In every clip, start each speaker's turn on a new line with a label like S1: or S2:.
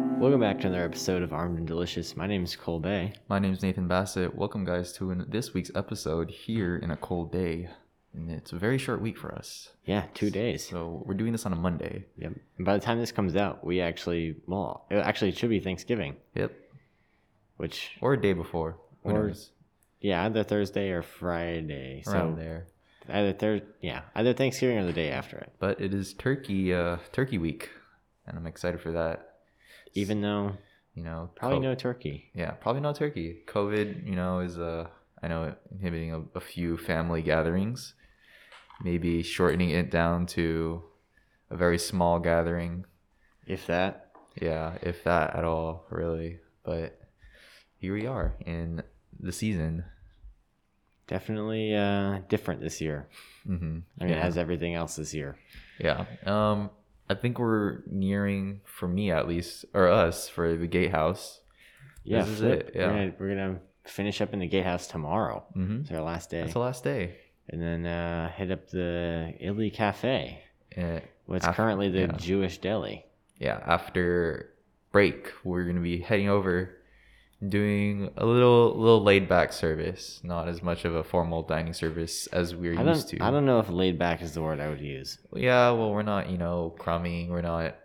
S1: to another episode of Armed and Delicious. My name is Cole Bay.
S2: My name's Nathan Bassett. Welcome, guys, to an, this week's episode here in a cold day. And it's a very short week for us.
S1: Yeah, two days.
S2: So we're doing this on a Monday.
S1: Yep. And by the time this comes out, we actually, well, it actually should be Thanksgiving,
S2: Yep.
S1: which,
S2: Or a day before. Who
S1: Or
S2: knows?
S1: yeah, either Thursday or Friday.
S2: Around
S1: so
S2: there.
S1: either Thurs, yeah, either Thanksgiving or the day after it.
S2: But it is Turkey uh, Turkey Week, and I'm excited for that.
S1: Even though
S2: You know,
S1: probably
S2: co-
S1: no turkey.
S2: Yeah, probably not Turkey. COVID, you know, is uh, I know inhibiting a, a few family gatherings, maybe shortening it down to a very small gathering.
S1: If that,
S2: Yeah, if that at all, really. But here we are in the season.
S1: definitely uh, different this year.
S2: hmm
S1: I mean,
S2: yeah.
S1: it has everything else this year.
S2: yeah. Um, I think we're nearing, for me at least, or us, for the gatehouse.
S1: Yeah,
S2: This is
S1: flip.
S2: it, yeah.
S1: We're gonna, we're gonna finish up in the gatehouse tomorrow.
S2: Mm-hmm.
S1: It's our last day,
S2: That's the last day.
S1: and then uh, hit up the Illy Cafe.
S2: Eh,
S1: What's
S2: Af-
S1: currently the
S2: yeah.
S1: Jewish deli.
S2: yeah, after break, we're gonna be heading over, doing a little little laid back service, not as much of a formal dining service as we're
S1: I
S2: used
S1: don't,
S2: to.
S1: I don't know if laid back is the word I would use.
S2: Yeah, well, we're not, you know, crumbing. We're not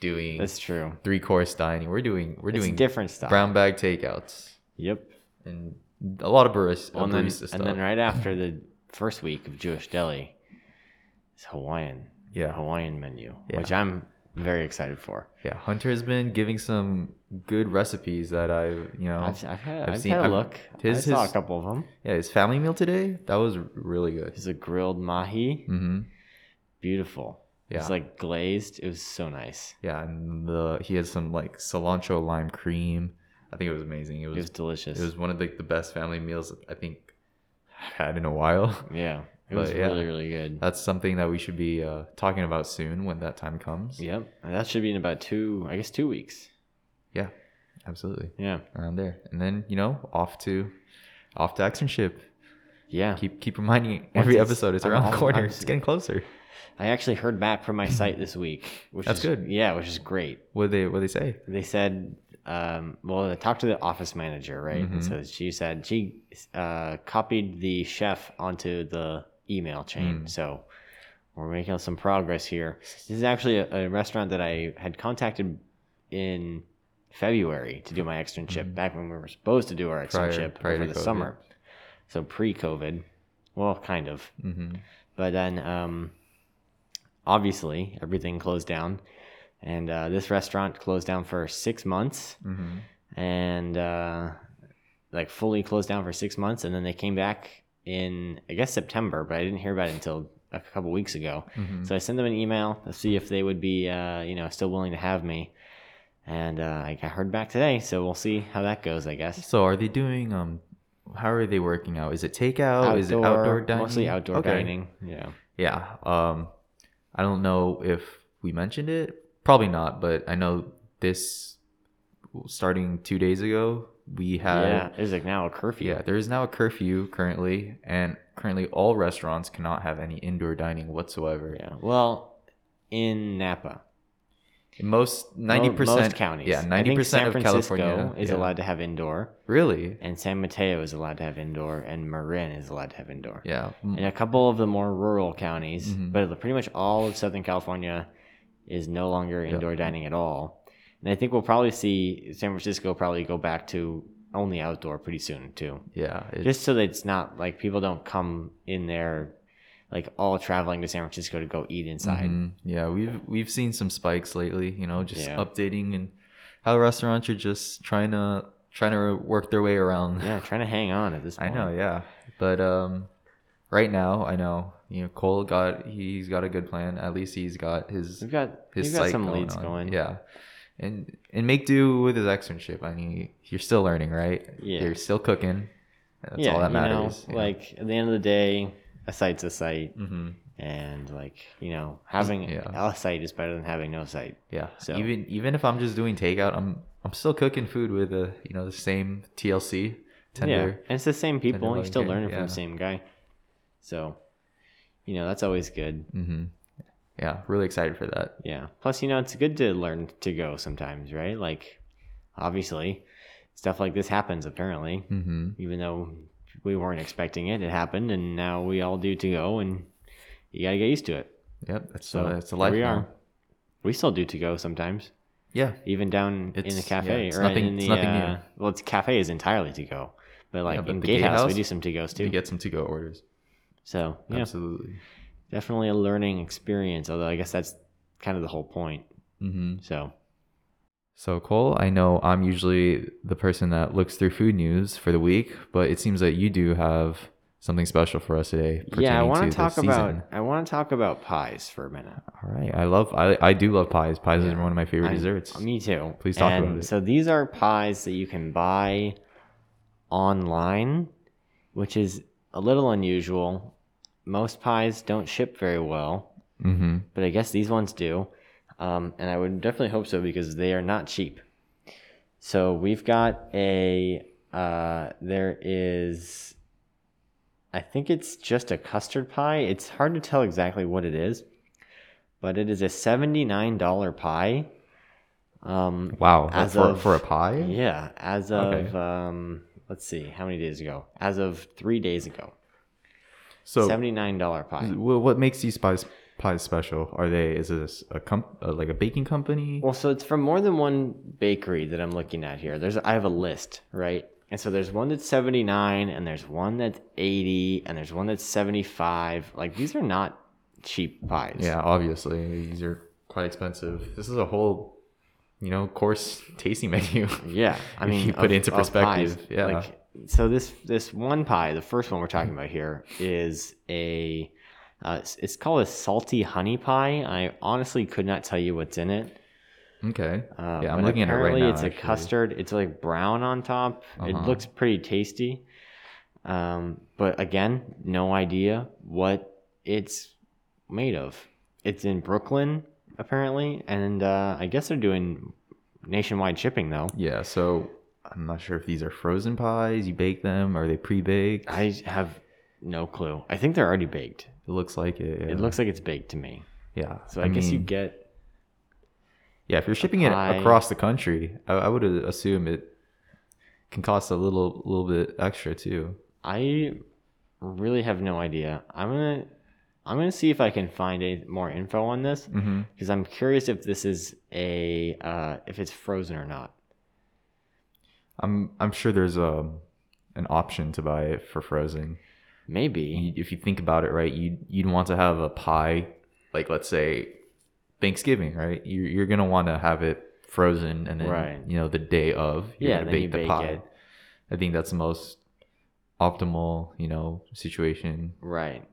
S2: doing
S1: That's true.
S2: three course dining. We're doing we're
S1: It's
S2: doing
S1: different stuff.
S2: brown bag takeouts
S1: Yep.
S2: and a lot of barista,
S1: Well, and then,
S2: barista stuff.
S1: and then right after the first week of Jewish deli, it's Hawaiian.
S2: Yeah.
S1: Hawaiian menu,
S2: Yeah.
S1: which I'm very excited for.
S2: Yeah, Hunter has been giving some good recipes that I, you know,
S1: I've, I've had,
S2: I've
S1: I've
S2: seen-
S1: had a
S2: I've-
S1: look.
S2: his-
S1: I saw
S2: his-
S1: a couple of them.
S2: yeah, his family meal today that was really good.
S1: It's a grilled mahi.
S2: Mm-hmm.
S1: Beautiful.
S2: Yeah,
S1: It's like glazed. It was so nice.
S2: yeah, and the he has some like cilantro lime cream. I think it was amazing. It
S1: It
S2: was
S1: was
S2: it
S1: delicious.
S2: was, one of like the best family meals I think I've had in a while.
S1: yeah. It
S2: But
S1: was
S2: yeah.
S1: really, really good.
S2: That's something that we should be uh, talking about soon when that time comes.
S1: Yep. And that should be in about two, I guess, two weeks.
S2: yeah, absolutely.
S1: Yeah.
S2: around there. And then you know, off to off to actionship.
S1: Yeah.
S2: Keep keep reminding you every
S1: it's-
S2: episode it's
S1: I'm
S2: around
S1: all-
S2: the corner.
S1: I'm-
S2: it's getting closer.
S1: I actually heard back from my site this week, which
S2: That's
S1: is
S2: good.
S1: Yeah, which is great.
S2: What they what they say?
S1: They said, um, well, I talked to the office manager, right? And
S2: Mhm.
S1: so she said she uh, copied the chef onto the email chain.
S2: Mm.
S1: So we're making some progress here. This is actually a, a restaurant that I had contacted in February to do my externship back when we were supposed to do our
S2: Prior-
S1: externship
S2: Mm-hmm. prior
S1: over
S2: to
S1: the
S2: COVID.
S1: summer. So pre COVID, well, kind of.
S2: Mm-hmm.
S1: But then, um, obviously, everything closed down, and uh, this restaurant closed down for six months,
S2: Mm-hmm.
S1: and uh, like fully closed down for six months, and then they came back in I guess September, but I didn't hear about it until a couple weeks ago.
S2: Mhm.
S1: So I sent them an email to see if they would be, uh, you know, still willing to have me. And uh, I got heard back today, so we'll see how that goes. I guess
S2: So are they doing um? How are they working out? Is it takeout? Oh, Is it outdoor dining?
S1: mostly outdoor
S2: Okay.
S1: dining. Yeah,
S2: Yeah. Um, I don't know if we mentioned it. Probably not. But I know this starting two days ago we had
S1: yeah. It's like now a curfew.
S2: Yeah, there is now a curfew currently, and currently all restaurants cannot have any indoor dining whatsoever.
S1: Yeah. Well, in Napa,
S2: Most ninety
S1: Mo-
S2: percent
S1: most counties.
S2: Yeah,
S1: I think
S2: ninety percent of
S1: San Francisco
S2: California
S1: is
S2: yeah.
S1: allowed to have indoor,
S2: Really?
S1: and San Mateo is allowed to have indoor, and Marin is allowed to have indoor.
S2: Yeah. Mm,
S1: And a couple of the more rural counties,
S2: Mhm.
S1: but pretty much all of Southern California is no longer
S2: Yeah.
S1: indoor dining at all. And I think we'll probably see San Francisco probably go back to only outdoor pretty soon too.
S2: Yeah. It,
S1: Just so that it's not like people don't come in there like all traveling to San Francisco to go eat inside.
S2: mhm. Yeah, we've we've seen some spikes lately. You know, just
S1: Yeah.
S2: updating and how restaurants are just trying to trying to work their way around.
S1: Yeah, trying to hang on at this
S2: I
S1: point.
S2: know. Yeah. But um, right now I know you know Cole got he's got a good plan. At least he's got his
S1: We've got
S2: his
S1: we've got
S2: site
S1: some
S2: going
S1: leads
S2: on.
S1: going.
S2: Yeah. And and make do with his externship. I mean, you're still learning, right?
S1: Yeah.
S2: You're still cooking. That's
S1: yeah,
S2: all that
S1: you know,
S2: matters. yeah.
S1: Like at the end of the day, a site's a site,
S2: Mhm.
S1: and like you know, having
S2: Yeah.
S1: a site is better than having no site.
S2: yeah.
S1: so-
S2: Even even if I'm just doing takeout, I'm I'm still cooking food with a you know the same TLC
S1: Yeah,
S2: tender.
S1: and it's the same people. You're
S2: Tenderloin
S1: still
S2: game,
S1: learning from
S2: yeah.
S1: the same guy, so you know that's always good.
S2: Yeah. hmm Yeah. Really excited for that.
S1: Yeah. Plus, you know, it's good to learn to go sometimes, right? Like obviously, stuff like this happens apparently.
S2: Mm-hmm.
S1: Even though we weren't expecting it, it happened, and now we all do to go, and you gotta get used to it.
S2: Yep. That's
S1: So
S2: uh, that's a
S1: here
S2: life.
S1: we
S2: now.
S1: are. We still do to go sometimes,
S2: Yeah.
S1: even down in the
S2: It's- yeah,
S1: cafe
S2: it's
S1: or
S2: nothing-
S1: in
S2: it's
S1: the
S2: nothing
S1: uh,
S2: new.
S1: well, it's cafe is entirely to go, but like
S2: but
S1: in
S2: the
S1: Gatehouse, we
S2: Gatehouse,
S1: do some to goes too.
S2: To get some to go orders.
S1: so yeah,
S2: Absolutely.
S1: definitely a learning experience. Although I guess that's kind of the whole point.
S2: Mm-hmm.
S1: So
S2: So Cole, I know I'm usually the person that looks through food news for the week, but it seems that you do have something special for us today.
S1: yeah, I
S2: pertaining
S1: want
S2: the
S1: to talk
S2: season.
S1: about I want to talk about pies for a minute.
S2: All right, I love I I do love pies. Pies
S1: Yeah.
S2: are one of my favorite
S1: I-
S2: desserts.
S1: Me too.
S2: Please talk
S1: And
S2: about it.
S1: So these are pies that you can buy online, which is a little unusual. Most pies don't ship very well,
S2: mm-hmm.
S1: but I guess these ones do. Um, and I would definitely hope so because they are not cheap. So we've got a, uh, there is, I think it's just a custard pie. It's hard to tell exactly what it is, but it is a $79 pie. Um,
S2: Wow,
S1: As
S2: for,
S1: of-
S2: for a pie?
S1: yeah, as of,
S2: Okay.
S1: um, let's see, how many days ago? As of three days ago.
S2: So
S1: $79 pie.
S2: wh- what makes these pies pies special? Are they is this a comp uh, like a baking company?
S1: Well, so it's from more than one bakery that I'm looking at here. There's I have a list, right? And so there's one that's 79 and there's one that's 80 and there's one that's 75. Like these are not cheap pies.
S2: Yeah, obviously these are quite expensive. This is a whole, you know, course tasting menu.
S1: Yeah. I
S2: If
S1: mean,
S2: you put it into
S1: pies.
S2: perspective, yeah.
S1: Like so this this one pie, the first one we're talking about here is a uh, it's- it's called a salty honey pie. I honestly could not tell you what's in it.
S2: okay.
S1: Uh,
S2: Yeah, I'm
S1: but
S2: looking at it right
S1: apparently
S2: now,
S1: It's a
S2: actually.
S1: custard. It's like brown on top. It
S2: Uh-huh.
S1: looks pretty tasty. Um, but again, no idea what it's made of. It's in Brooklyn apparently, and uh, I guess they're doing nationwide shipping though.
S2: Yeah, so I'm not sure if these are frozen pies. You bake them? Are they pre-baked?
S1: I have no clue. I think they're already baked.
S2: It looks like it. Yeah.
S1: It looks like it's baked to me.
S2: Yeah.
S1: So I, guess you
S2: mean,
S1: get
S2: Yeah, if you're shipping it
S1: pie.
S2: across the country, I, I would assume it can cost a little little bit extra too.
S1: I really have no idea. I'm gonna I'm gonna see if I can find any more info on this.
S2: Mm-hmm.
S1: because I'm curious if this is a uh, if it's frozen or not.
S2: I'm I'm sure there's a an option to buy it for frozen.
S1: Maybe
S2: you- if you think about it, right, you you'd want to have a pie, like let's say Thanksgiving, right? You're you're gonna want to have it frozen, and then
S1: Right.
S2: you know the day of, you're
S1: Yeah,
S2: gonna
S1: then you bake it.
S2: I think that's the most optimal, you know, situation.
S1: right.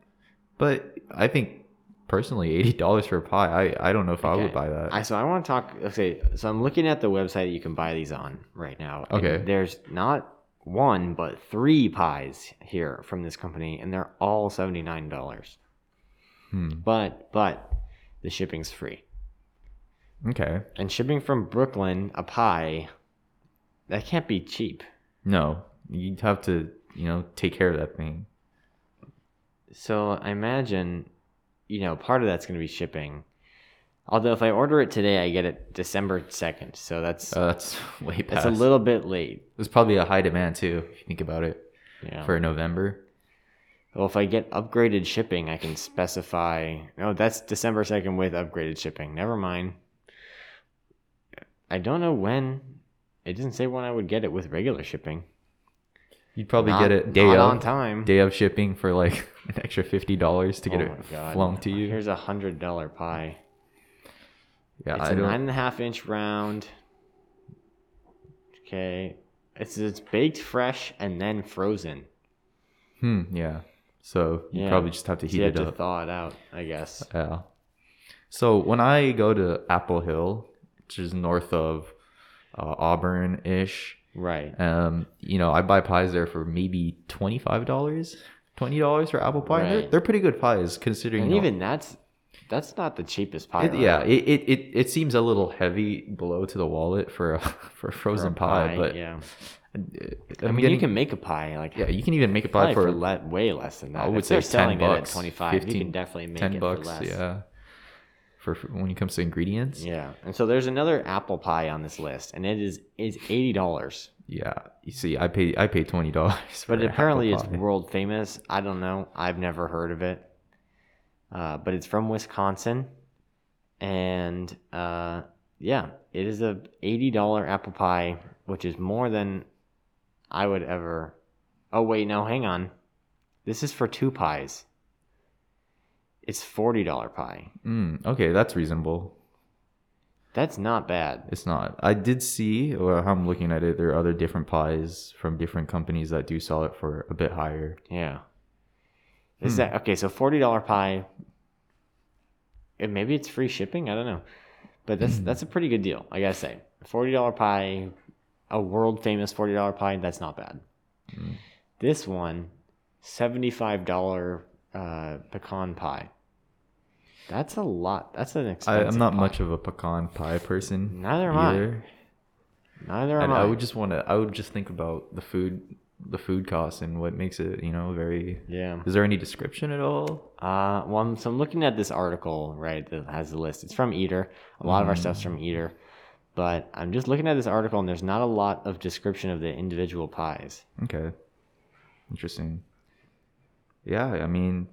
S2: But I think personally, eighty dollars for a pie, I I don't know if I
S1: Okay.
S2: would buy that.
S1: I so I want to talk. Okay, so I'm looking at the website that you can buy these on right now. and
S2: Okay.
S1: there's not one but three pies here from this company, and they're all seventy nine dollars.
S2: hmm.
S1: But but the shipping's free,
S2: Okay,
S1: and shipping from Brooklyn a pie that can't be cheap.
S2: no, you'd have to you know take care of that thing.
S1: So I imagine, you know, part of that's going to be shipping. Although if I order it today, I get it December second, so that's
S2: Uh, that's way
S1: that's
S2: past.
S1: a little bit late.
S2: There's probably a high demand too, if you think about it,
S1: You know.
S2: for November.
S1: well, if I get upgraded shipping, I can specify. No, that's December second with upgraded shipping. Never mind. I don't know when. It didn't say when I would get it with regular shipping.
S2: You'd probably
S1: Not-
S2: get it day
S1: not
S2: of,
S1: on time.
S2: day of shipping for like an extra fifty dollars to get
S1: Oh my
S2: it
S1: God.
S2: flown to you.
S1: Here's a hundred dollar pie.
S2: yeah,
S1: It's
S2: I
S1: a
S2: don't.
S1: nine and a half inch round. Okay. It's it's baked fresh and then frozen.
S2: Hmm, yeah. So you
S1: Yeah.
S2: probably just have to
S1: So
S2: heat
S1: you have
S2: it
S1: to
S2: up.
S1: thaw it out, I guess.
S2: yeah. So when I go to Apple Hill, which is north of uh, Auburn ish,
S1: Right.
S2: um, you know, I buy pies there for maybe twenty five dollars, twenty dollars for apple pie. They're,
S1: Right.
S2: they're pretty good pies considering.
S1: And
S2: you know,
S1: even that's that's not the cheapest pie.
S2: It,
S1: though.
S2: yeah, it, it, it, it seems a little heavy blow to the wallet for a for a
S1: For a
S2: frozen pie, but
S1: yeah.
S2: uh,
S1: I
S2: I'm
S1: mean you
S2: getting-
S1: can make a pie like
S2: yeah you can even make a
S1: probably
S2: pie for
S1: for le- way less than that.
S2: I would
S1: if they're
S2: say 10
S1: selling it at
S2: bucks,
S1: twenty five, you can
S2: 15,
S1: definitely make
S2: ten
S1: it
S2: bucks.
S1: for less.
S2: Yeah, for, for when it comes to ingredients.
S1: Yeah. And so there's another apple pie on this list, and it is is eighty dollars.
S2: Yeah, you see, I pay I pay twenty dollars,
S1: But apparently it's world famous. I don't know. I've never heard of it. Uh, but it's from Wisconsin, and uh, yeah, it is a eighty dollar apple pie, which is more than I would ever. Oh wait, no, hang on. This is for two pies. It's forty dollar pie.
S2: mm, okay. That's reasonable.
S1: That's not bad.
S2: It's not. I did see, or how I'm looking at it, there are other different pies from different companies that do sell it for a bit higher.
S1: Yeah.
S2: Hmm.
S1: Is that okay? So forty dollar pie. And maybe it's free shipping. I don't know, but
S2: Hmm.
S1: that's that's a pretty good deal. I gotta say, forty dollar pie, a world famous forty dollar pie. That's not bad.
S2: Hmm.
S1: This one, seventy five dollar uh, pecan pie. That's a lot. That's an
S2: I,
S1: expensive.
S2: I'm not
S1: pie.
S2: much of a pecan pie person.
S1: Neither am I.
S2: either.
S1: Neither am
S2: And
S1: I.
S2: I would just want to. I would just think about the food, the food costs, and what makes it. You know, very.
S1: yeah.
S2: Is there any description at all?
S1: Uh, well, I'm, so I'm looking at this article, right, that has the list. It's from Eater. A lot of our stuff's from Eater. But I'm just looking at this article, and there's not a lot of description of the individual pies.
S2: Okay. Interesting. Yeah, I mean,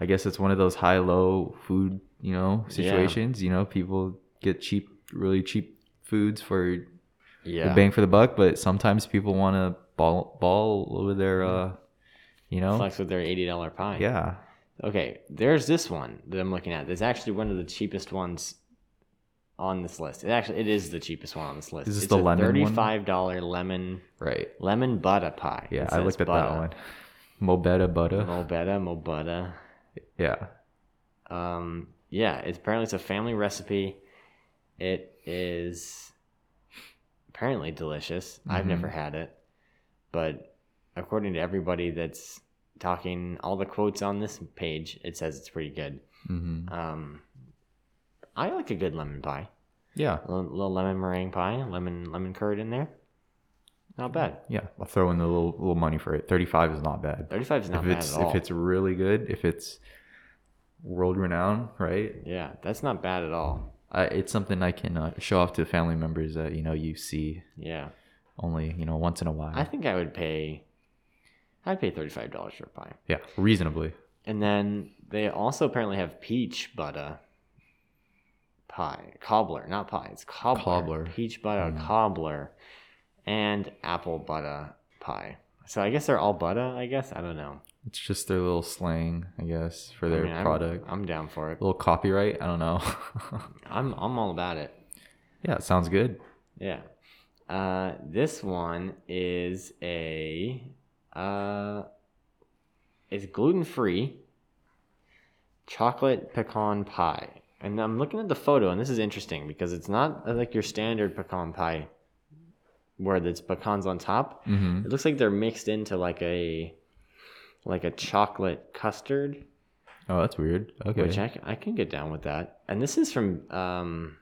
S2: I guess it's one of those high low food, you know, situations. You know, people get cheap, really cheap foods for
S1: Yeah.
S2: the bang for the buck, but sometimes people want to ball ball over their, uh, you know,
S1: Mm-hmm. Flex with their $80 pie.
S2: yeah.
S1: Okay, there's this one that I'm looking at. That's actually one of the cheapest ones on this list. It actually it is the cheapest one on this list.
S2: Is this
S1: it's
S2: the
S1: a
S2: lemon one?
S1: $35 lemon
S2: Right.
S1: lemon butter pie.
S2: Yeah,
S1: It
S2: I
S1: says
S2: looked at
S1: butter.
S2: that one. Mobetta butter.
S1: Mobetta, mobetta.
S2: Yeah.
S1: Um, yeah, it's apparently it's a family recipe. It is apparently delicious. I've
S2: Mhm.
S1: never had it, but according to everybody that's talking, all the quotes on this page, it says it's pretty good.
S2: hmm
S1: Um, I like a good lemon pie,
S2: Yeah.
S1: a little- little lemon meringue pie, lemon lemon curd in there. Not bad.
S2: Yeah. I'll throw in the little little money for it. Thirty five is not bad.
S1: Thirty five is not
S2: if
S1: bad
S2: it's
S1: at all.
S2: if it's really good, if it's world renowned, right?
S1: yeah, that's not bad at all.
S2: I, it's something I can uh, show off to family members that you know you see
S1: Yeah.
S2: only you know once in a while.
S1: I think I would pay. I'd pay thirty five dollars for a pie,
S2: yeah, reasonably.
S1: and then they also apparently have peach butter pie, cobbler, not pie. It's cobbler,
S2: Cobbler. Mm.
S1: peach butter cobbler, and apple butter pie. So I guess they're all butter. I guess I don't know.
S2: It's just their little slang, I guess, for their
S1: I mean, I'm-
S2: product.
S1: I'm, down for it.
S2: little copyright. I don't know.
S1: I'm I'm all about it.
S2: yeah, it sounds good.
S1: Yeah. Uh, this one is a uh, it's gluten free chocolate pecan pie, and I'm looking at the photo, and this is interesting because it's not uh, like your standard pecan pie, where there's pecans on top.
S2: hmm
S1: It looks like they're mixed into like a like a chocolate custard,
S2: Oh, that's weird. Okay.
S1: which I, c- I can get down with that. And this is from um,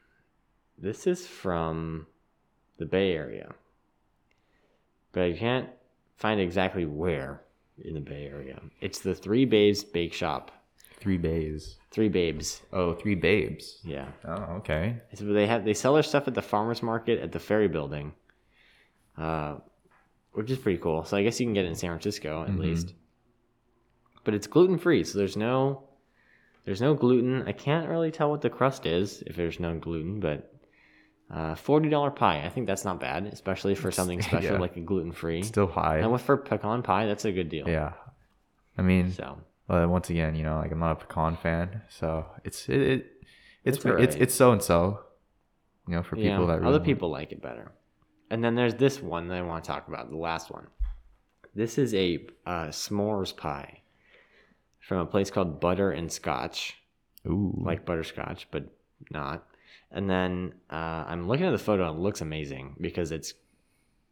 S1: this is from the Bay Area, but I can't find exactly where in the Bay Area. It's the Three Babes Bake Shop.
S2: three bays.
S1: Three Babes,
S2: Oh, three babes.
S1: yeah.
S2: Oh, okay.
S1: It's, they have they sell their stuff at the farmers market at the Ferry Building, uh, which is pretty cool. So I guess you can get it in San Francisco at
S2: Mhm.
S1: least. But it's gluten free, so there's no there's no gluten. I can't really tell what the crust is if there's no gluten, but uh, forty dollar pie. I think that's not bad, especially for something special
S2: yeah.
S1: like a gluten free.
S2: Still high.
S1: And with for pecan pie, that's a good deal.
S2: Yeah. I mean,
S1: So
S2: uh, once again, you know, like I'm not a pecan fan, so it's it, it it's
S1: It's
S2: it's it's,
S1: alright.
S2: so and so. You know, for people
S1: yeah,
S2: that really
S1: other
S2: want-
S1: people like it better. And then there's this one that I want to talk about, the last one. This is a uh, s'mores pie from a place called Butter and Scotch,
S2: Ooh,
S1: like butterscotch, but not. And then uh, I'm looking at the photo; and it looks amazing because it's,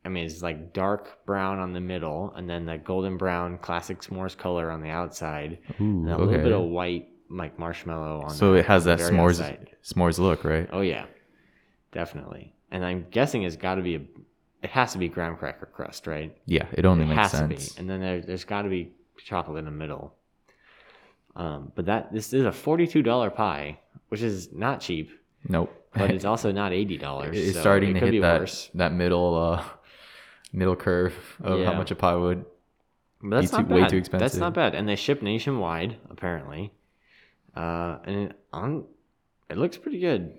S1: I mean, it's like dark brown on the middle, and then that golden brown classic s'mores color on the outside,
S2: ooh,
S1: and a
S2: okay.
S1: little bit of white like marshmallow on.
S2: so
S1: the
S2: it has that
S1: very
S2: s'mores
S1: outside.
S2: s'mores look, right?
S1: Oh yeah, definitely. And I'm guessing it's got to be a, it has to be graham cracker crust, right?
S2: Yeah, it only
S1: it
S2: makes
S1: has
S2: sense.
S1: to be. And then there, there's got to be chocolate in the middle. Um, but that this is a forty-two dollar pie which is not cheap,
S2: Nope.
S1: but it's also not eighty dollars.
S2: it's starting to hit that that middle uh middle curve of how
S1: Yeah.
S2: much a pie would.
S1: But that's
S2: Be
S1: not
S2: too- way
S1: bad.
S2: too
S1: That's
S2: expensive.
S1: not bad, and they ship nationwide apparently. Uh, and it, on, it looks pretty good.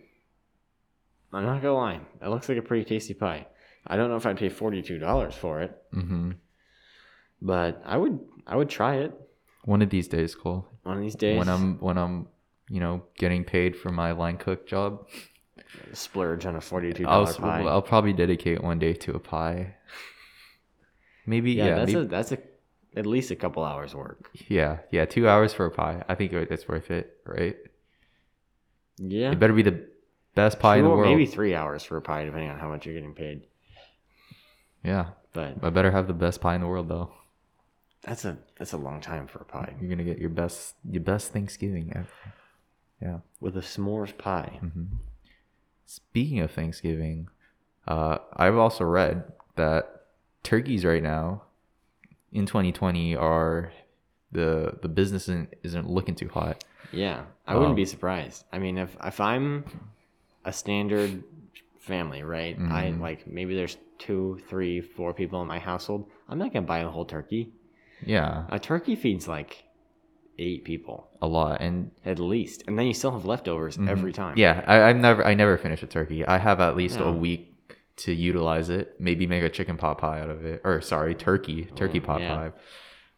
S1: I'm not gonna lie, it looks like a pretty tasty pie. I don't know if I'd pay forty two dollars for it,
S2: hmm
S1: but I would. I would try it
S2: One of these days, Cole.
S1: one of these days.
S2: When I'm when I'm you know getting paid for my line cook job,
S1: splurge on a forty two
S2: I'll
S1: dollar
S2: s-
S1: pie.
S2: I'll probably dedicate one day to a pie. Maybe
S1: yeah,
S2: yeah,
S1: that's a
S2: maybe-
S1: that's a at least a couple hours work.
S2: yeah, yeah. Two hours for a pie. I think it- it's worth it, right?
S1: Yeah,
S2: It better be the best pie in the
S1: Two or
S2: world.
S1: Maybe three hours for a pie, depending on how much you're getting paid.
S2: Yeah,
S1: But
S2: I better have the best pie in the world though.
S1: that's a that's a long time for a pie
S2: You're gonna get your best your best Thanksgiving ever.
S1: with a s'mores pie.
S2: hmm Speaking of Thanksgiving, uh, I've also read that turkeys right now in 2020 are the the business isn't, isn't looking too hot.
S1: Yeah, I wouldn't
S2: Um,
S1: be surprised. I mean, if if I'm a standard family, right? I
S2: Mhm.
S1: like maybe there's two, three, four people in my household. I'm not gonna buy a whole turkey.
S2: Yeah,
S1: A turkey feeds like eight people
S2: a lot and
S1: at least, and then you still have leftovers
S2: mhm.
S1: every time.
S2: Yeah, I, I never I never finish a turkey. I have at least
S1: Yeah.
S2: a week to utilize it. Maybe make a chicken pot pie out of it, or sorry, turkey turkey
S1: Mm,
S2: pot
S1: yeah.
S2: pie,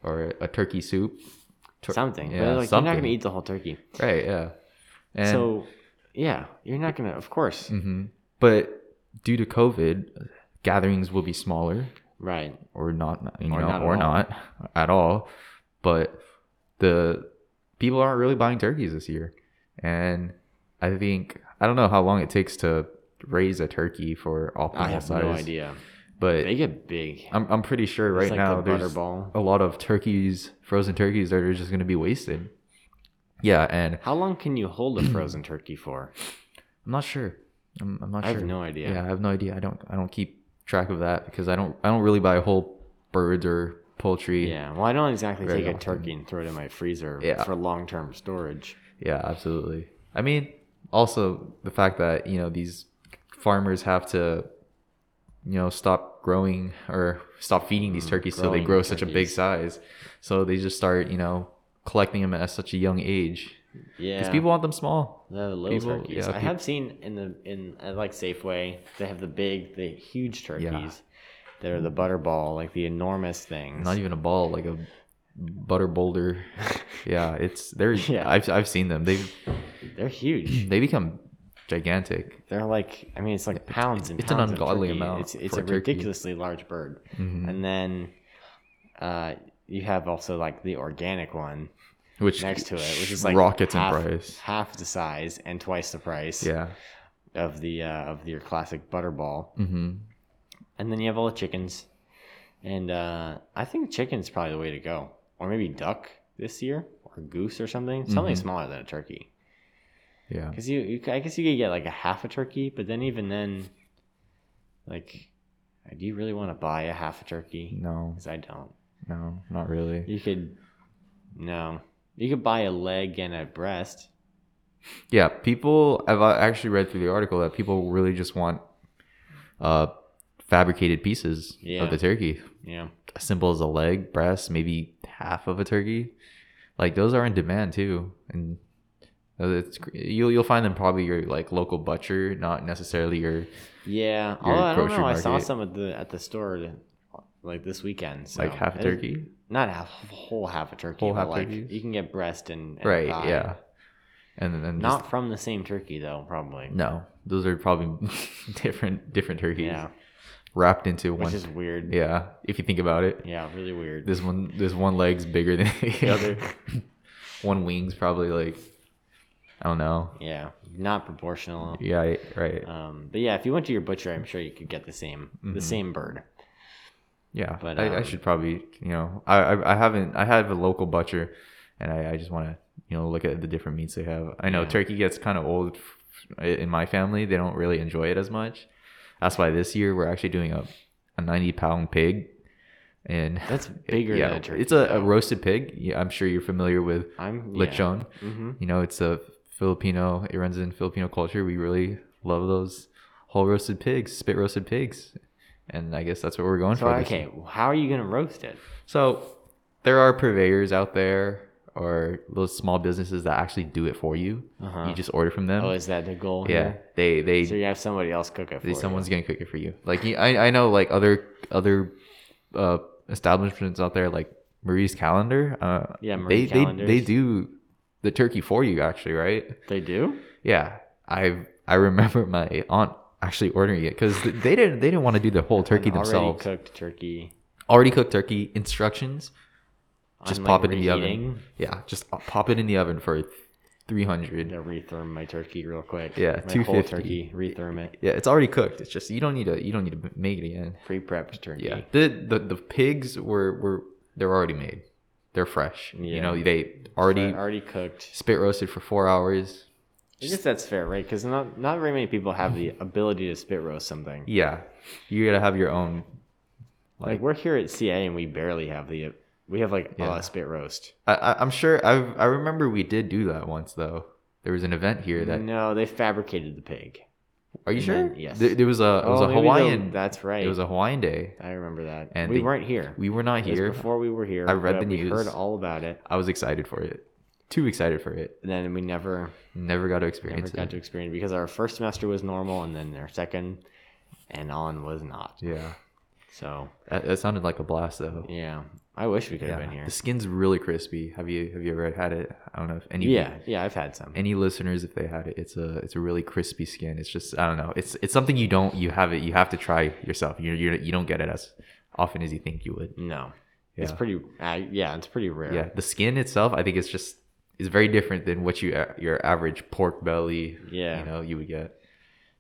S2: or a turkey soup. Tur-
S1: something.
S2: yeah,
S1: but like you're not
S2: something.
S1: gonna eat the whole turkey.
S2: Right. Yeah. And
S1: so yeah, you're not gonna. Of course,
S2: hmm But due to COVID, gatherings will be smaller
S1: right?
S2: or not, you
S1: Or
S2: know,
S1: not at
S2: or
S1: all.
S2: not at all. But the people aren't really buying turkeys this year, and I think I don't know how long it takes to raise a turkey for all
S1: I have
S2: size,
S1: no idea.
S2: But
S1: They get big.
S2: I'm I'm pretty sure right
S1: it's like
S2: now
S1: the
S2: there's oh.
S1: butterball.
S2: a lot of turkeys, frozen turkeys that are just going to be wasted. Yeah, and
S1: How long can you hold a frozen turkey for?
S2: I'm not sure. I'm, I'm not
S1: I
S2: sure.
S1: have no idea.
S2: Yeah. I have no idea. I don't I don't keep track of that because I don't I don't really buy whole birds or poultry.
S1: Yeah, well, I don't exactly
S2: Very
S1: take a
S2: often.
S1: turkey and throw it in my freezer
S2: Yeah.
S1: for long term storage.
S2: Yeah, absolutely. I mean, also the fact that, you know, these farmers have to you know, stop growing or stop feeding these
S1: Mm,
S2: turkeys till they
S1: growing
S2: grow such a big
S1: turkeys.
S2: size. So they just start, you know, collecting them at such a young age
S1: Yeah,
S2: because people want them small.
S1: the little
S2: people-
S1: turkeys.
S2: yeah,
S1: I
S2: peop-
S1: have seen in the in at like Safeway they have the big, the huge turkeys. That are the butterball, like the enormous things.
S2: Not even a ball, like a butter boulder. yeah, it's they're
S1: Yeah.
S2: I've I've seen them. They
S1: They're huge.
S2: they become gigantic.
S1: They're like, I mean, it's like pounds and
S2: it's an
S1: pounds of
S2: ungodly
S1: turkey.
S2: amount
S1: It's, it's
S2: for
S1: a
S2: a turkey.
S1: ridiculously large bird.
S2: Mhm.
S1: And then uh, you have also like the organic one
S2: which
S1: next to it, which is like
S2: rockets
S1: half,
S2: in price.
S1: half the size and twice the price
S2: Yeah.
S1: of the uh, of your classic butterball.
S2: hmm
S1: And then you have all the chickens, and uh, I think chicken's probably the way to go, or maybe duck this year, or goose or something, something
S2: Mhm.
S1: smaller than a turkey.
S2: Yeah.
S1: Because you, you, I guess you could get like a half a turkey, but then even then, like, uh, do you really want to buy a half a turkey?
S2: No,
S1: Because I don't.
S2: no, not really.
S1: You could, no, you could buy a leg and a breast.
S2: Yeah, people. I've uh, actually read through the article that people really just want uh, fabricated pieces
S1: Yeah.
S2: of the turkey,
S1: Yeah,
S2: as simple as a leg, breast, maybe half of a turkey. Like those are in demand too, and uh, it's you'll you'll find them probably your like local butcher, not necessarily your
S1: yeah.
S2: Your
S1: Although I don't know, I
S2: grocery
S1: saw
S2: market.
S1: some at the at the store like this weekend. So
S2: like half
S1: I
S2: a
S1: didn't-
S2: turkey.
S1: not a half, whole half a turkey,
S2: Whole
S1: but
S2: half
S1: like
S2: turkeys?
S1: you can get breast and, and
S2: Right.
S1: thigh.
S2: Yeah. And then and just-
S1: Not from the same turkey though, probably.
S2: No, those are probably different different turkeys
S1: Yeah,
S2: wrapped into one.
S1: which is weird.
S2: yeah, if you think about it,
S1: yeah really weird.
S2: this one this one leg's bigger than the other. one wing's probably like I don't know.
S1: Yeah, not proportional.
S2: Yeah, I- right.
S1: Um, but yeah, if you went to your butcher, I'm sure you could get the same the
S2: Mhm.
S1: same bird.
S2: Yeah,
S1: but,
S2: I, I
S1: um,
S2: should probably you know I, I I haven't I have a local butcher, and I, I just want to you know look at the different meats they have. I know
S1: Yeah.
S2: turkey gets kind of old f- in my family. They don't really enjoy it as much. That's why this year we're actually doing a a ninety pound pig, and
S1: That's bigger
S2: yeah,
S1: than a turkey.
S2: It's a, a
S1: though.
S2: roasted pig. Yeah, I'm sure you're familiar with
S1: I'm yeah.
S2: lechon.
S1: Mhm.
S2: You know, it's a Filipino. It runs in Filipino culture. We really love those whole roasted pigs, spit roasted pigs, and I guess that's what we're going
S1: So
S2: for. this
S1: okay, how are you gonna roast it?
S2: so there are purveyors out there or those small businesses that actually do it for you.
S1: Uh-huh.
S2: You just order from them.
S1: Oh, is that the goal?
S2: yeah,
S1: here?
S2: they they,
S1: So you have somebody else cook it for
S2: they
S1: you.
S2: someone's gonna cook it for you. Like you- I I know like other other uh, establishments out there like Marie's Calendar. Uh,
S1: Yeah, Marie
S2: they they they
S1: Callender's.
S2: do the turkey for you actually, right?
S1: They do.
S2: Yeah, I I remember my aunt actually ordering it because they didn't they didn't want to do the whole turkey
S1: An already
S2: themselves.
S1: cooked turkey.
S2: Already cooked turkey instructions. Just
S1: I'm,
S2: pop
S1: like,
S2: it in the oven.
S1: reheating.
S2: Yeah, just pop it in the oven for
S1: I'm
S2: 300.
S1: gonna retherm my turkey real quick.
S2: Yeah,
S1: my whole
S2: 250.
S1: turkey. Retherm it.
S2: Yeah, it's already cooked. It's just you don't need to you don't need to make it again.
S1: Pre-prepped turkey.
S2: Yeah, the the, the pigs were were they're already made. They're fresh. You
S1: Yeah.
S2: know they already
S1: But already cooked.
S2: spit roasted for four hours.
S1: I guess that's fair, right? Because not not very many people have the ability to spit roast something.
S2: Yeah, you gotta have your own.
S1: Like we're here at CA and we barely have the we have like
S2: Yeah.
S1: a spit roast.
S2: I, I I'm sure I I remember we did do that once though. There was an event here that.
S1: No, they fabricated the pig.
S2: Are you
S1: and
S2: sure?
S1: then- yes.
S2: There, there was a it was
S1: Oh,
S2: a
S1: maybe the-
S2: Hawaiian.
S1: that's right.
S2: It was a Hawaiian day.
S1: I remember that.
S2: And
S1: we
S2: the-
S1: weren't here.
S2: We were not
S1: It was
S2: here.
S1: before we were here.
S2: I read
S1: but
S2: the
S1: We heard
S2: news.
S1: all about it,
S2: I was excited for it. Too excited for it.
S1: and then we never
S2: Never got to
S1: never
S2: experience
S1: got
S2: it.
S1: to experience it because our first semester was normal, and then our second and on was not.
S2: Yeah.
S1: So
S2: That, that sounded like a blast though.
S1: yeah, I wish we could have been here.
S2: The skin's really crispy. Have you have you ever had it? I don't know if any
S1: Yeah, yeah, I've had some.
S2: any listeners if they had it. It's a it's a really crispy skin. It's just I don't know. It's it's something you don't you have it you have to try yourself. You you you don't get it as often as you think you would.
S1: No,
S2: Yeah.
S1: it's pretty. Uh, yeah, it's pretty rare.
S2: yeah. The skin itself, I think it's just is very different than what you uh, your average pork belly
S1: Yeah.
S2: you know you would get.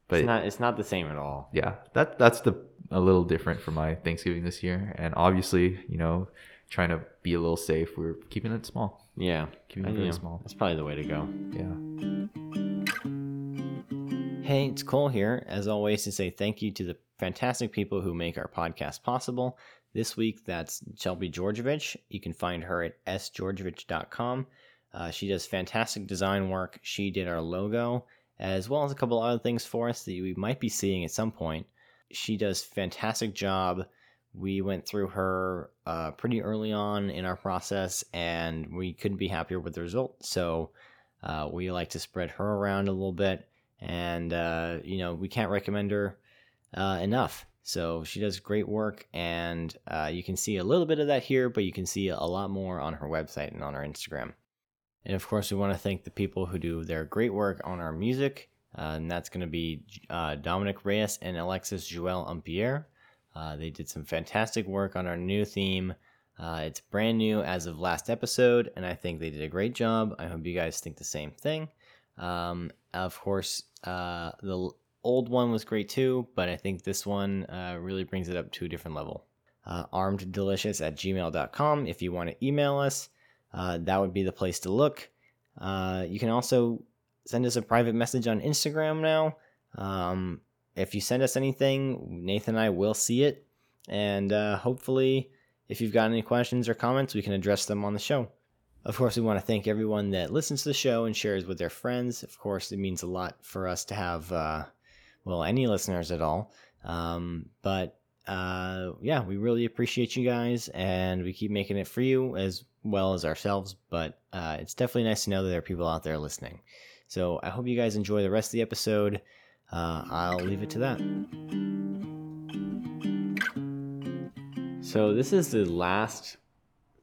S2: But
S1: it's not. It's not the same at all.
S2: yeah, that that's the a little different for my Thanksgiving this year, and obviously, you know, trying to be a little safe, we're keeping it small.
S1: Yeah,
S2: Keeping
S1: I
S2: it really
S1: know.
S2: small.
S1: That's probably the way to go.
S2: Yeah.
S1: Hey, it's Cole here. As always, to say thank you to the fantastic people who make our podcast possible. This week, that's Shelby Georgievich. You can find her at sgeorgievich.com. Uh, she does fantastic design work. She did our logo, as well as a couple other things for us that we might be seeing at some point. She does fantastic job. We went through her uh, pretty early on in our process, and we couldn't be happier with the result. So uh, we like to spread her around a little bit and uh, you know we can't recommend her uh, enough. So she does great work, and uh, you can see a little bit of that here, but you can see a lot more on her website and on her Instagram. And of course, we want to thank the people who do their great work on our music, uh, and that's going to be uh, Dominic Reyes and Alexis Joel Ampierre. Uh, they did some fantastic work on our new theme. Uh, it's brand new as of last episode, and I think they did a great job. I hope you guys think the same thing. Um, of course, uh, the l- old one was great too, but I think this one uh, really brings it up to a different level. Uh, armeddelicious at gmail.com if you want to email us. Uh, that would be the place to look. Uh, you can also send us a private message on Instagram now. Um, if you send us anything, Nathan and I will see it. And uh, hopefully, if you've got any questions or comments, we can address them on the show. Of course, we want to thank everyone that listens to the show and shares with their friends. Of course, it means a lot for us to have, uh, well, any listeners at all. Um, but uh, yeah, we really appreciate you guys and we keep making it for you as well as ourselves. But uh, it's definitely nice to know that there are people out there listening. So I hope you guys enjoy the rest of the episode. Uh, I'll leave it to that. So this is the last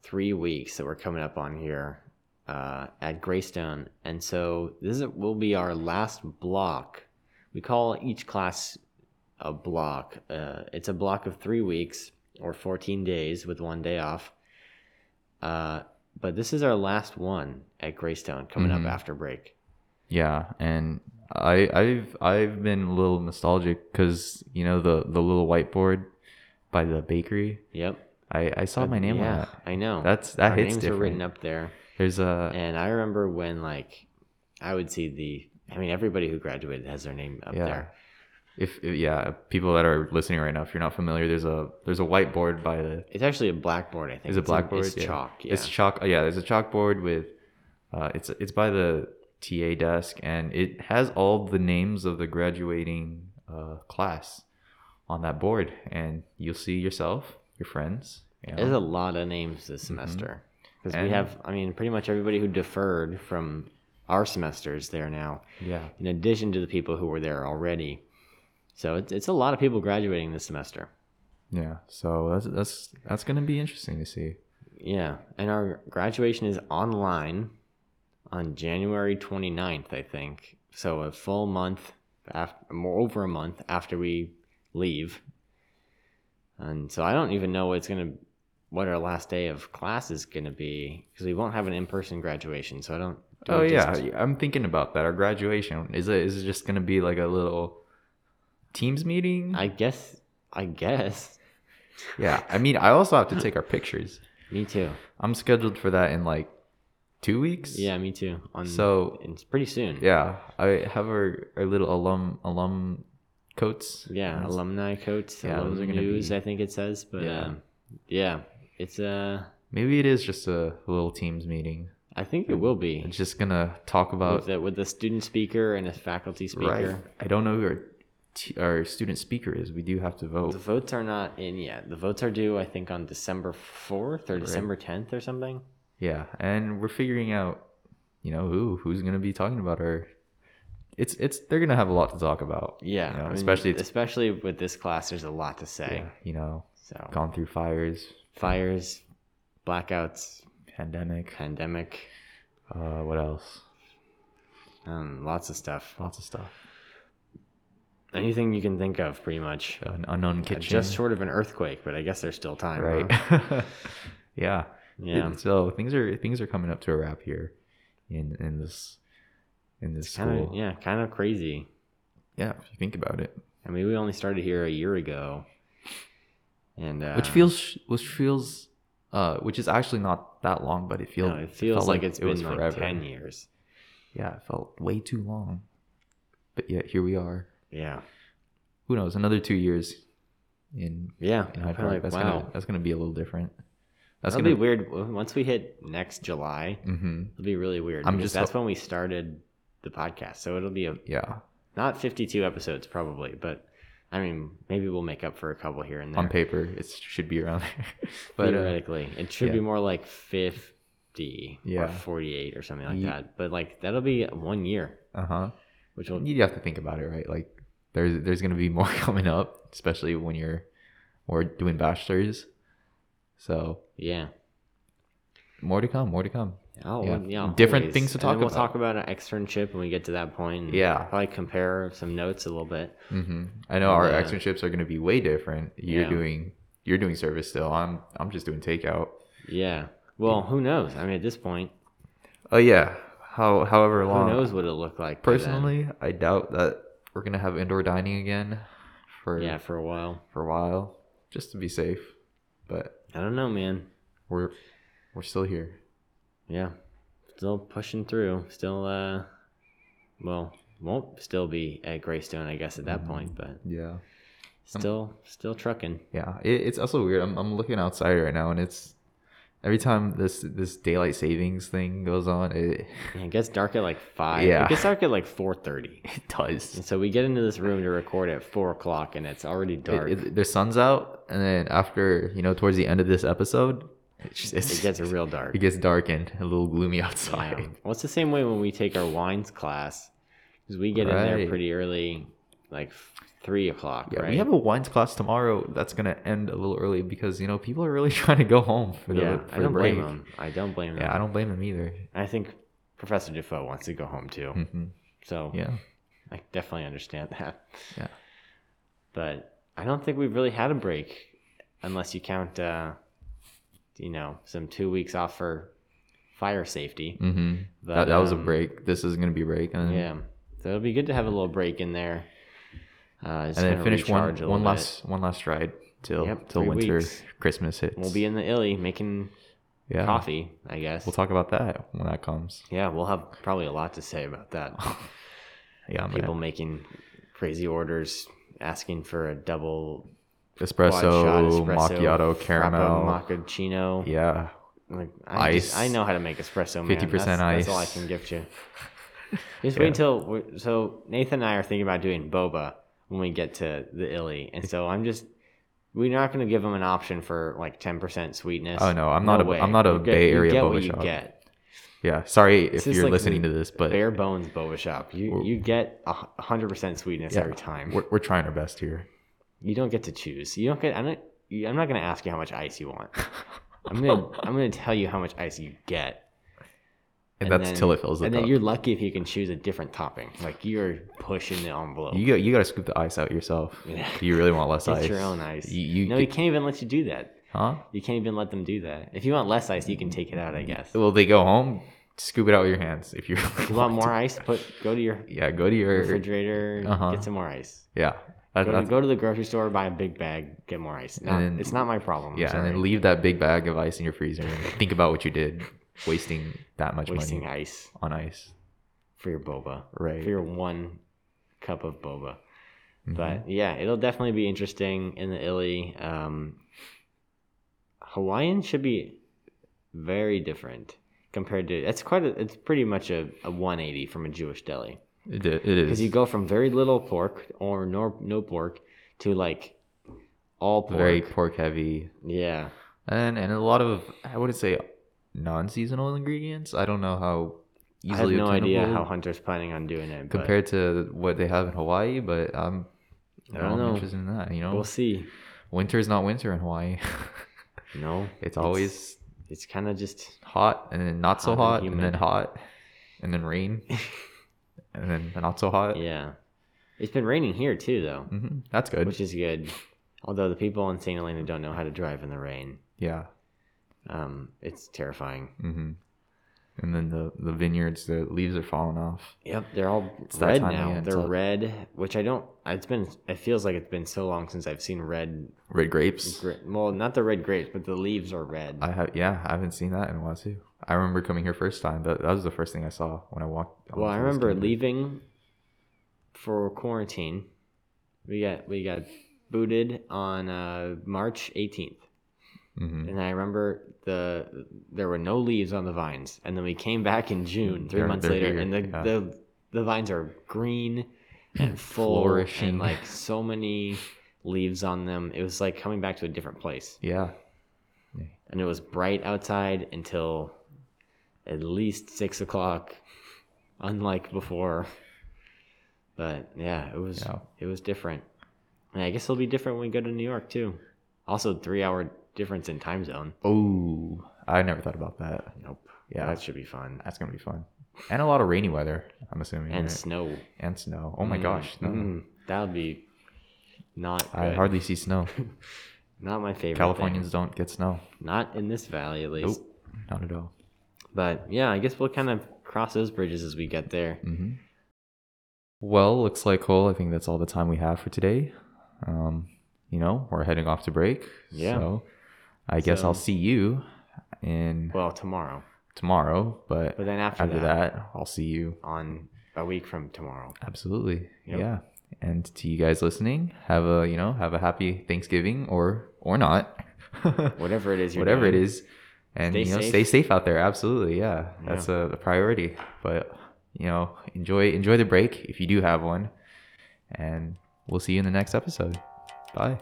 S1: three weeks that we're coming up on here uh, at Greystone, and so this is, will be our last block. We call each class a block. Uh, it's a block of three weeks or fourteen days with one day off. Uh, but this is our last one at Greystone coming
S2: Mhm.
S1: up after break.
S2: Yeah, and I I've I've been a little nostalgic because you know the the little whiteboard by the bakery.
S1: Yep.
S2: I I saw
S1: Uh,
S2: my name
S1: yeah,
S2: on that.
S1: I know.
S2: That's that
S1: our
S2: hits
S1: names
S2: different.
S1: are written up there.
S2: There's a
S1: And I remember when like I would see the I mean everybody who graduated has their name up
S2: yeah.
S1: there.
S2: If, if yeah, people that are listening right now, if you're not familiar, there's a there's a whiteboard by the
S1: It's actually a blackboard, I think.
S2: Is it
S1: It's a-
S2: blackboard?
S1: It's
S2: Yeah.
S1: chalk. Yeah.
S2: It's chalk. Yeah, there's a chalkboard with. Uh, it's it's by the TA desk, and it has all the names of the graduating uh, class on that board, and you'll see yourself, your friends. You
S1: There's
S2: know.
S1: a lot of names this
S2: Mm-hmm.
S1: semester because we
S2: And-
S1: have, I mean, pretty much everybody who deferred from our semesters there now,
S2: yeah,
S1: in addition to the people who were there already. So it's, it's a lot of people graduating this semester.
S2: yeah. So that's that's that's gonna be interesting to see.
S1: Yeah. And our graduation is online on January 29th, I think. So a full month, after, more over a month after we leave. And so I don't even know what's going to, what our last day of class is going to be because we won't have an in person graduation. So I don't. do
S2: Oh
S1: we
S2: yeah,
S1: just-
S2: I'm thinking about that. Our graduation is it is it just gonna be like a little teams meeting?
S1: I guess, I guess.
S2: yeah, I mean, I also have to take our pictures.
S1: Me too.
S2: I'm scheduled for that in like two weeks.
S1: Yeah, me too. On,
S2: So
S1: it's pretty soon.
S2: yeah, I have our, our little alum alum coats.
S1: Yeah,
S2: That's-
S1: alumni coats.
S2: Yeah,
S1: Yeah,
S2: those are gonna
S1: news,
S2: be-
S1: I think it says. But
S2: Yeah.
S1: yeah, um, yeah it's uh,
S2: Maybe it is just a little teams meeting.
S1: I think it will be
S2: It's just gonna talk
S1: with
S2: about
S1: the, with the student speaker and a faculty speaker.
S2: right. I don't know who our t- our student speaker is. We do have to vote.
S1: The votes are not in yet. The votes are due, I think, on December fourth or December tenth or something.
S2: Yeah, and we're figuring out, you know, who who's gonna be talking about her. It's it's they're gonna have a lot to talk about.
S1: Yeah,
S2: you know,
S1: I mean,
S2: especially it's,
S1: especially with this class, there's a lot to say.
S2: yeah, you know,
S1: So
S2: gone through fires,
S1: fires, blackouts,
S2: pandemic,
S1: pandemic,
S2: uh, what else?
S1: um, lots of stuff.
S2: Lots of stuff.
S1: Anything you can think of, pretty much. Uh,
S2: An unknown kitchen,
S1: Just short of an earthquake, but I guess there's still time, huh?
S2: right? yeah,
S1: Yeah.
S2: So things are things are coming up to a wrap here, in in this in this
S1: Kind
S2: school.
S1: of, yeah, kind of crazy.
S2: yeah, if you think about it.
S1: I mean, we only started here a year ago, and uh,
S2: which feels which feels uh which is actually not that long but it feels
S1: no, it feels like, it's been like ten years.
S2: yeah it felt way too long but yet here we are
S1: Yeah,
S2: who knows another two years in
S1: yeah.
S2: in
S1: I'm
S2: Hyde Park
S1: like,
S2: that's
S1: wow,
S2: gonna that's gonna be a little different that's
S1: that's will
S2: gonna
S1: be weird. W- Once we hit next July,
S2: hmm
S1: it'll be really weird.
S2: I'm
S1: because
S2: just
S1: that's when we started the podcast, so it'll be a,
S2: yeah
S1: not fifty-two episodes probably, but I mean, maybe we'll make up for a couple here and there.
S2: on paper it should be around there but uh,
S1: theoretically it should be
S2: yeah.
S1: more like 50
S2: Yeah.
S1: or 48 or something like
S2: Ye-
S1: that but like that'll be one year
S2: uh-huh
S1: which will
S2: you have to think about it right like there's there's gonna be more coming up especially when you're or doing bachelors so
S1: yeah
S2: more to come more to come
S1: oh
S2: Yeah.
S1: well, yeah
S2: Different
S1: always.
S2: things to
S1: And then
S2: talk
S1: we'll
S2: about.
S1: talk about an externship when we get to that point and
S2: Yeah.
S1: probably compare some notes a little bit
S2: hmm I know our
S1: Yeah.
S2: externships are going to be way different. You're
S1: Yeah.
S2: doing you're doing service still. I'm I'm just doing takeout.
S1: yeah well who knows i mean at this point
S2: Oh yeah. How however
S1: who
S2: long.
S1: knows what it'll look like by then.
S2: Personally, I doubt that we're gonna have indoor dining again for
S1: yeah for a while
S2: for a while, just to be safe. But
S1: i don't know man
S2: we're we're still here.
S1: yeah still pushing through still uh well won't still be at greystone i guess at that
S2: Mm.
S1: point but
S2: Yeah.
S1: still still trucking
S2: Yeah. It, it's also weird. I'm I'm looking outside right now, and it's every time this this daylight savings thing goes on, it
S1: Yeah, it gets dark at like five.
S2: Yeah.
S1: It gets dark at like four thirty.
S2: it does.
S1: And so we get into this room to record at four o'clock and it's already dark. It,
S2: it, it, the sun's out, and then after you know, towards the end of this episode, it's just, it's,
S1: gets real dark.
S2: it gets dark and a little gloomy
S1: Yeah.
S2: outside.
S1: Well, it's the same way when we take our wines class. Because we get in there
S2: Right.
S1: pretty early, like f- three o'clock,
S2: Yeah,
S1: right?
S2: we have a wines class tomorrow that's gonna end a little early because you know people are really trying to go home for the,
S1: yeah,
S2: for
S1: I
S2: the
S1: don't
S2: break.
S1: blame them. I don't blame them.
S2: Yeah, I don't blame them either.
S1: I think Professor Defoe wants to go home too.
S2: hmm
S1: So
S2: Yeah,
S1: I definitely understand that.
S2: yeah,
S1: But I don't think we've really had a break unless you count, uh, you know, some two weeks off for fire safety.
S2: hmm
S1: But,
S2: that, that was a
S1: um,
S2: break. This is gonna be a break, and,
S1: Yeah, so it'll be good to have a little break in there. Uh, just
S2: and then
S1: kinda
S2: finish one
S1: recharge a
S2: one
S1: little
S2: last one last ride till
S1: Yep,
S2: till
S1: three
S2: winter
S1: weeks.
S2: Christmas hits.
S1: bit. We'll be in the illy making
S2: yeah.
S1: coffee, I guess.
S2: We'll talk about that when that comes.
S1: yeah, we'll have probably a lot to say about that.
S2: Oh, Yeah, I'm
S1: People
S2: gonna,
S1: making crazy orders, asking for a double quad shot
S2: espresso,
S1: espresso,
S2: macchiato,
S1: frappa,
S2: caramel.
S1: macchiacino.
S2: Yeah.
S1: Like, I, just-
S2: Ice.
S1: I know how to make espresso. man.
S2: 50%
S1: That's- That's all I
S2: ice.
S1: can gift you. Just wait until we- so Nathan and I are thinking about doing boba when we get to the illy, and so I'm just we're not going to give them an option for like 10% sweetness.
S2: Oh, no, I'm not a-
S1: way.
S2: I'm not a
S1: You get-
S2: Bay
S1: you
S2: Area
S1: get
S2: boba
S1: what you
S2: shop.
S1: get.
S2: Yeah, sorry if
S1: It's just
S2: you're
S1: like
S2: listening
S1: the
S2: to this, but
S1: bare bones boba shop. You
S2: We're-
S1: you get a hu- 100% sweetness
S2: Yeah.
S1: every time.
S2: we're, we're trying our best here.
S1: You don't get to choose. You don't get. I don't. you- I'm not going to ask you how much ice you want. I'm gonna I'm gonna tell you how much ice you get.
S2: And, that's
S1: then-
S2: till it fills
S1: And
S2: up.
S1: then you're lucky if you can choose a different topping. Like you're pushing the envelope.
S2: You got you got to scoop the ice out yourself.
S1: Yeah.
S2: Do you really want less
S1: Get
S2: ice?
S1: your own ice.
S2: You, you
S1: no,
S2: get-
S1: you can't even let you do that.
S2: huh?
S1: You can't even let them do that. If you want less ice, you can take it out, I guess. If
S2: Well, they go home, scoop it out with your hands. If you're
S1: you want more ice, put go to your
S2: yeah, go to your
S1: refrigerator,
S2: Uh-huh.
S1: get some more ice.
S2: yeah. That-
S1: Go to,
S2: that's-
S1: go to the grocery store, buy a big bag, get more ice. Not,
S2: then-
S1: it's not my problem. I'm
S2: yeah, and
S1: sorry.
S2: then leave that big bag of ice in your freezer. and think about what you did, wasting that much
S1: wasting
S2: money
S1: ice
S2: on ice.
S1: for your boba,
S2: Right.
S1: for your one cup of boba.
S2: Mhm.
S1: But yeah, it'll definitely be interesting in the Illy. Um, Hawaiian should be very different compared to. It's quite. A, it's pretty much a, a 180 from a Jewish deli.
S2: it, i- it is
S1: because you go from very little pork or no no pork to like all pork.
S2: very pork heavy,
S1: yeah,
S2: and and a lot of I wouldn't say non-seasonal ingredients. I don't know how
S1: I have
S2: easily
S1: no idea
S2: obtainable
S1: how Hunter's planning on doing it. But
S2: compared to what they have in Hawaii, but I'm
S1: I
S2: I
S1: don't know.
S2: am interested in that. You know,
S1: we'll see.
S2: winter is not winter in Hawaii.
S1: No,
S2: it's always
S1: it's kind of just
S2: hot and then not so
S1: hot
S2: hot,
S1: and
S2: and then
S1: humid.
S2: hot, and then rain, and then not so hot.
S1: yeah. It's been raining here too though,
S2: hmm That's good.
S1: which is good. Although the people in St. Helena don't know how to drive in the rain.
S2: yeah.
S1: Um, it's terrifying.
S2: hmm And then the the vineyards, the leaves are falling off.
S1: Yep, they're all
S2: that
S1: red
S2: time
S1: now.
S2: again,
S1: They're
S2: so-
S1: red, which I don't. It's been. It feels like it's been so long since I've seen red.
S2: Red grapes.
S1: gra- Well, not the red grapes, but the leaves are red.
S2: I have yeah, I haven't seen that in a while too. I remember coming here first time. That, that was the first thing I saw when I walked.
S1: Well, I
S2: onto this
S1: remember
S2: campus.
S1: leaving for quarantine. We got we got booted on uh, March 18th,
S2: Mhm.
S1: and I remember the there were no leaves on the vines, and then we came back in June, 3
S2: They're-
S1: months
S2: they're
S1: later,
S2: bigger,
S1: and the,
S2: yeah.
S1: the the vines are green and full
S2: Flourishing.
S1: and like so many leaves on them. It was like coming back to a different place,
S2: Yeah.
S1: and it was bright outside until at least six o'clock, unlike before. But yeah, it was
S2: Yeah.
S1: it was different, and I guess it'll be different when we go to New York too. Also, three hour difference in time zone.
S2: Oh, I never thought about that.
S1: Nope.
S2: Yeah.
S1: that should be fun.
S2: That's gonna be fun, and a lot of rainy weather. I'm assuming
S1: And
S2: right?
S1: snow.
S2: and snow. Oh my
S1: Mm,
S2: gosh, no.
S1: mm, that would be not
S2: I
S1: good.
S2: hardly see snow.
S1: not my favorite. Californians,
S2: Californians don't get snow.
S1: not in this valley at least.
S2: Nope, not at all.
S1: But yeah, I guess we'll kind of cross those bridges as we get there.
S2: hmm Well, looks like Cole. I think that's all the time we have for today. Um, you know, we're heading off to break.
S1: Yeah.
S2: So I guess I'll
S1: So-
S2: see you in
S1: Well, tomorrow,
S2: tomorrow, but
S1: but then after,
S2: after
S1: that
S2: that, I'll see you.
S1: on a week from tomorrow.
S2: Absolutely.
S1: Yep.
S2: Yeah. And to you guys listening, have a you know have a happy Thanksgiving or or not,
S1: Whatever it is you're
S2: whatever it
S1: doing.
S2: is, and
S1: Stay
S2: you know
S1: safe.
S2: stay safe out there. Absolutely, yeah, that's a, a priority. But you know enjoy enjoy the break if you do have one, and we'll see you in the next episode. Bye.